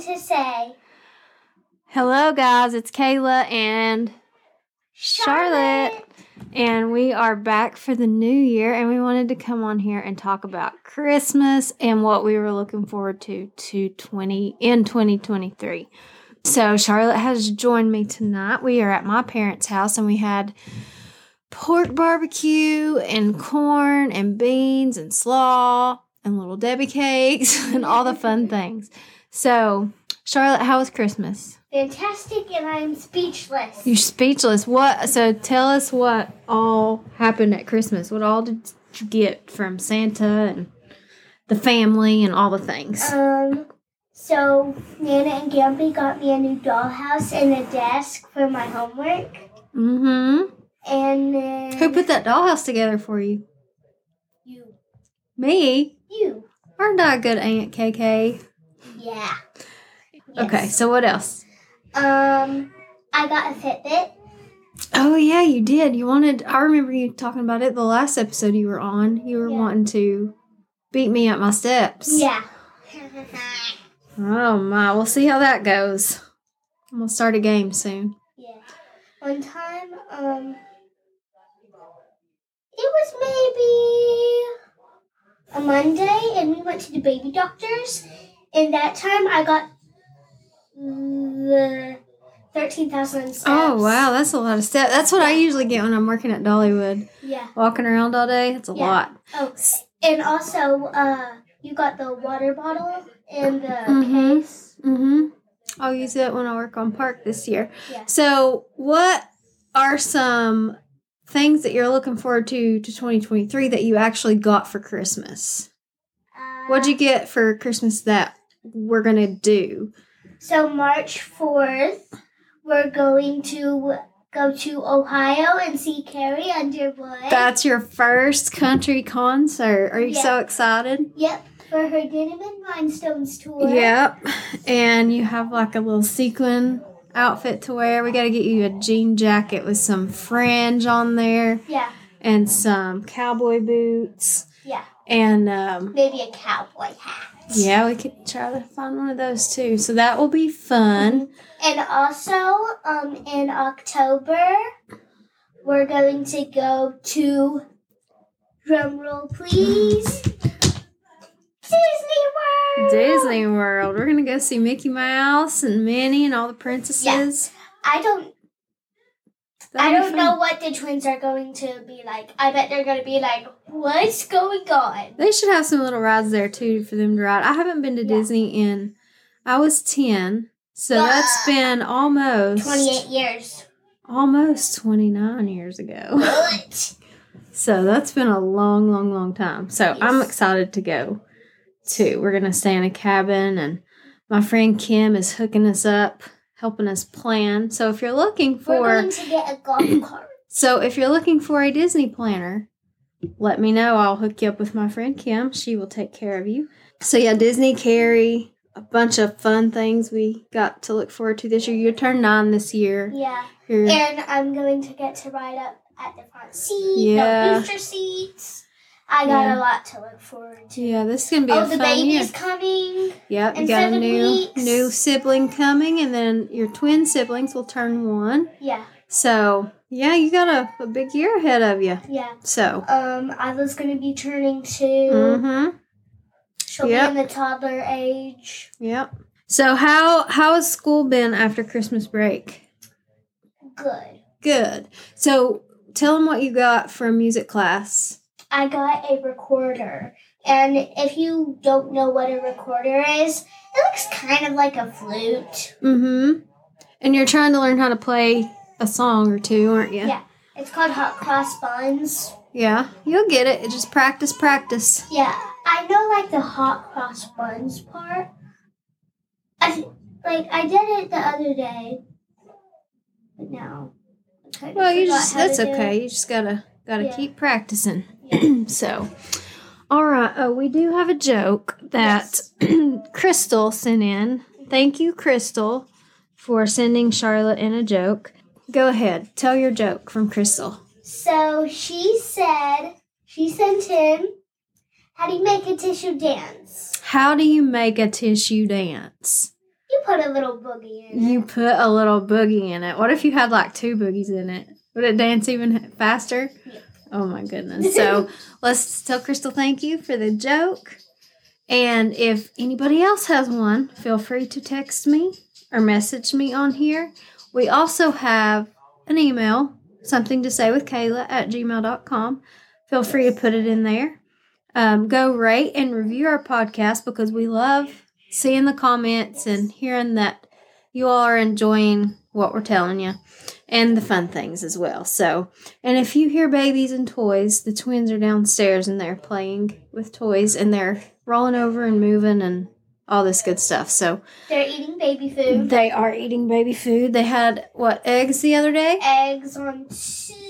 Hey. Hello, guys. It's Kayla and Charlotte. And we are back for the new year, and we wanted to come on here and talk about Christmas and what we were looking forward to to twenty in twenty twenty three. So Charlotte has joined me tonight. We are at my parents' house, and we had pork barbecue and corn and beans and slaw and little Debbie cakes and all the fun things. So Charlotte, how was Christmas? Fantastic, and I'm speechless. You're speechless. What? So tell us what all happened at Christmas. What all did you get from Santa and the family and all the things? Um, so Nana and Gamby got me a new dollhouse and a desk for my homework, mm-hmm. and then Who put that dollhouse together for you? you? Me? You? Aren't I a good aunt, KK? Yeah. Okay. Yes. So what else? Um, I got a Fitbit. Oh yeah, you did. You wanted. I remember you talking about it the last episode you were on. You were Yeah. wanting to beat me up my steps. Yeah. Oh my. We'll see how that goes. I'm gonna start a game soon. yeah. One time, um, it was maybe a Monday, and we went to the baby doctors, and that time I got the thirteen thousand steps. Oh wow, that's a lot of steps. That's what I usually get when I'm working at Dollywood. Yeah. Walking around all day, it's a Yeah. lot. Oh, and also, uh, you got the water bottle and the Mhm. case. Mhm. I'll use it when I work on park this year. Mm-hmm. Yeah. So, what are some things that you're looking forward to to 2023 that you actually got for Christmas? Uh, What'd you get for Christmas that we're gonna do? Uh, So March fourth, we're going to go to Ohio and see Carrie Underwood. That's your first country concert. Are you so excited? yep, for her Denim and Rhinestones tour. Yep. And you have like a little sequin outfit to wear. We got to get you a jean jacket with some fringe on there Yeah. and some cowboy boots. Yeah. And um, Maybe a cowboy hat. yeah, we could try to find one of those too. So that will be fun. And also, um, in October, we're going to go to drum roll, please. Disney World. Disney World. We're going to go see Mickey Mouse and Minnie and all the princesses. I don't. I That'll don't be know fun. what the twins are going to be like. I bet they're going to be like, "What's going on?" They should have some little rides there too for them to ride. I haven't been to Yeah. Disney in, I was 10. So that's been almost uh, Twenty-eight years. almost 29 years ago. What? So that's been a long, long, long time. So I'm Yes. excited to go too. We're going to stay in a cabin, and my friend Kim is hooking us up, helping us plan. So if you're looking We're for, going to get a golf cart. so if you're looking for a Disney planner, let me know. I'll hook you up with my friend Kim. She will take care of you. So yeah, Disney carry a bunch of fun things we got to look forward to this year. You turn nine this year. Yeah, You're- and I'm going to get to ride up at the front seat, Yeah. the booster seats. I got Yeah. a lot to look forward to. yeah, this is gonna be a Oh, the fun year. baby's coming. Yep, you in got a seven new weeks. new sibling coming, and then your twin siblings will turn one. Yeah, So yeah, you got a, a big year ahead of you. yeah. So, Um, Isla's gonna be turning 2 mm-hmm, She'll Yep. be in the toddler age. yep. So how how has school been after Christmas break? Good. Good. So tell them what you got from music class. I got a recorder, and if you don't know what a recorder is, it looks kind of like a flute. Mm-hmm. And you're trying to learn how to play a song or two, aren't you? Yeah. It's called hot cross buns. Yeah. You'll get it. Just practice, practice. Yeah, I know like the hot cross buns part. I th- like I did it the other day, but now. I kinda Well, you forgot just how to that's do it. okay. You just gotta gotta Yeah. keep practicing. Yeah. so, all right. Oh, we do have a joke that Crystal sent in. Thank you, Crystal, for sending Charlotte in a joke. Go ahead, tell your joke from Crystal. So she said she sent him. How do you make a tissue dance? How do you make a tissue dance? You put a little boogie in. You it. put a little boogie in it. What if you had like two boogies in it? Would it dance even faster? Yeah. Oh my goodness. So let's tell Crystal thank you for the joke. And if anybody else has one, feel free to text me or message me on here. We also have an email, something to say with Kayla at gmail.com. Feel free to put it in there. Um, go rate and review our podcast because we love seeing the comments and hearing that you all are enjoying what we're telling you and the fun things as well. So, and if you hear babies and toys, the twins are downstairs and they're playing with toys and they're rolling over and moving and all this good stuff. So, They're eating baby food. they are eating baby food. They had what eggs the other day? Eggs on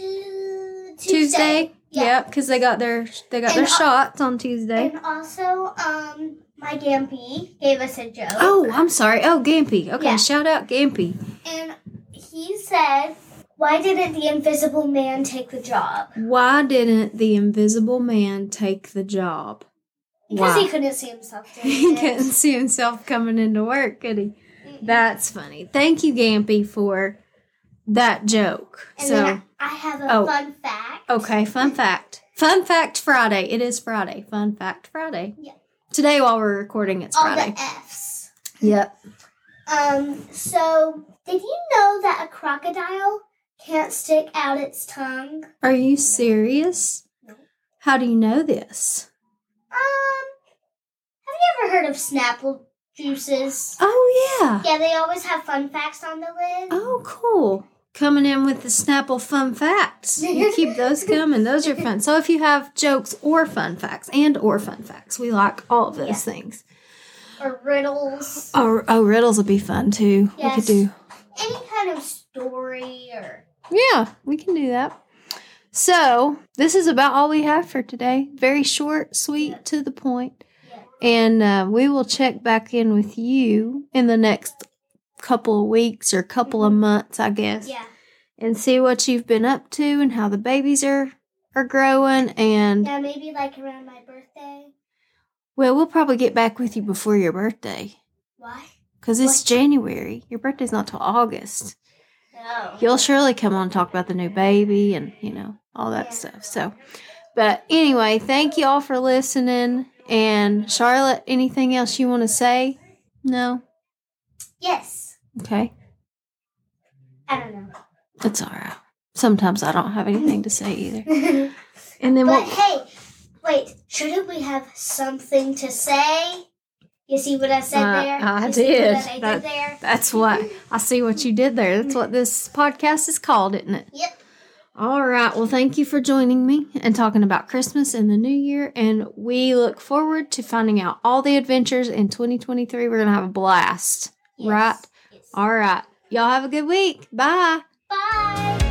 Tu- Tuesday. Tuesday. Yeah. Yep, cuz they got their they got And their al- shots on Tuesday. And also, um, my Gampy gave us a joke. Oh, I'm sorry. Oh, Gampy. Okay, Yeah. shout out Gampy. And he said, Why didn't the invisible man take the job? Why didn't the invisible man take the job? Because Wow. he couldn't see himself he doing couldn't it. see himself coming into work, could he? Mm-mm. That's funny. Thank you, Gampy, for that joke. And so, then I I have a Oh. fun fact. okay, fun fact. Fun fact Friday. It is Friday. Fun fact Friday. Yeah. Oh, Today, while we're recording, it's All Friday. the F's. Yep. Um, so did you know that a crocodile can't stick out its tongue? Are you serious? No. How do you know this? Um, have you ever heard of Snapple juices? Oh, yeah. Yeah, they always have fun facts on the lid. Oh, cool. Coming in with the Snapple fun facts. You keep those coming. Those are fun. So if you have jokes or fun facts and or fun facts, we like all of those Yeah. things. Or riddles. Oh, oh, riddles would be fun too. We Yes. could do. Any kind of story or. Yeah, we can do that. So this is about all we have for today. Very short, sweet, Yeah. to the point. Yeah. And uh, we will check back in with you in the next couple of weeks or couple Mm-hmm. of months, I guess. Yeah. and see what you've been up to and how the babies are are growing and Yeah, maybe like around my birthday. well we'll probably get back with you before your birthday Why? because it's What? january your birthday's not till august No. you'll surely come on and talk about the new baby and you know all that Yeah. stuff so but anyway thank you all for listening and charlotte anything else you want to say no Yes. okay I don't that's all right sometimes i don't have anything to say either know. and then but what hey, wait, shouldn't we have something to say? You see what I said Uh, there? I you see did. What I did That- there? that's what I see what you did there. That's what this podcast is called, isn't it? Yep. All right. Well, thank you for joining me and talking about Christmas and the new year. And we look forward to finding out all the adventures in 2023. We're going to have a blast. Yes. Right. Yes. All right. Y'all have a good week. Bye. Bye.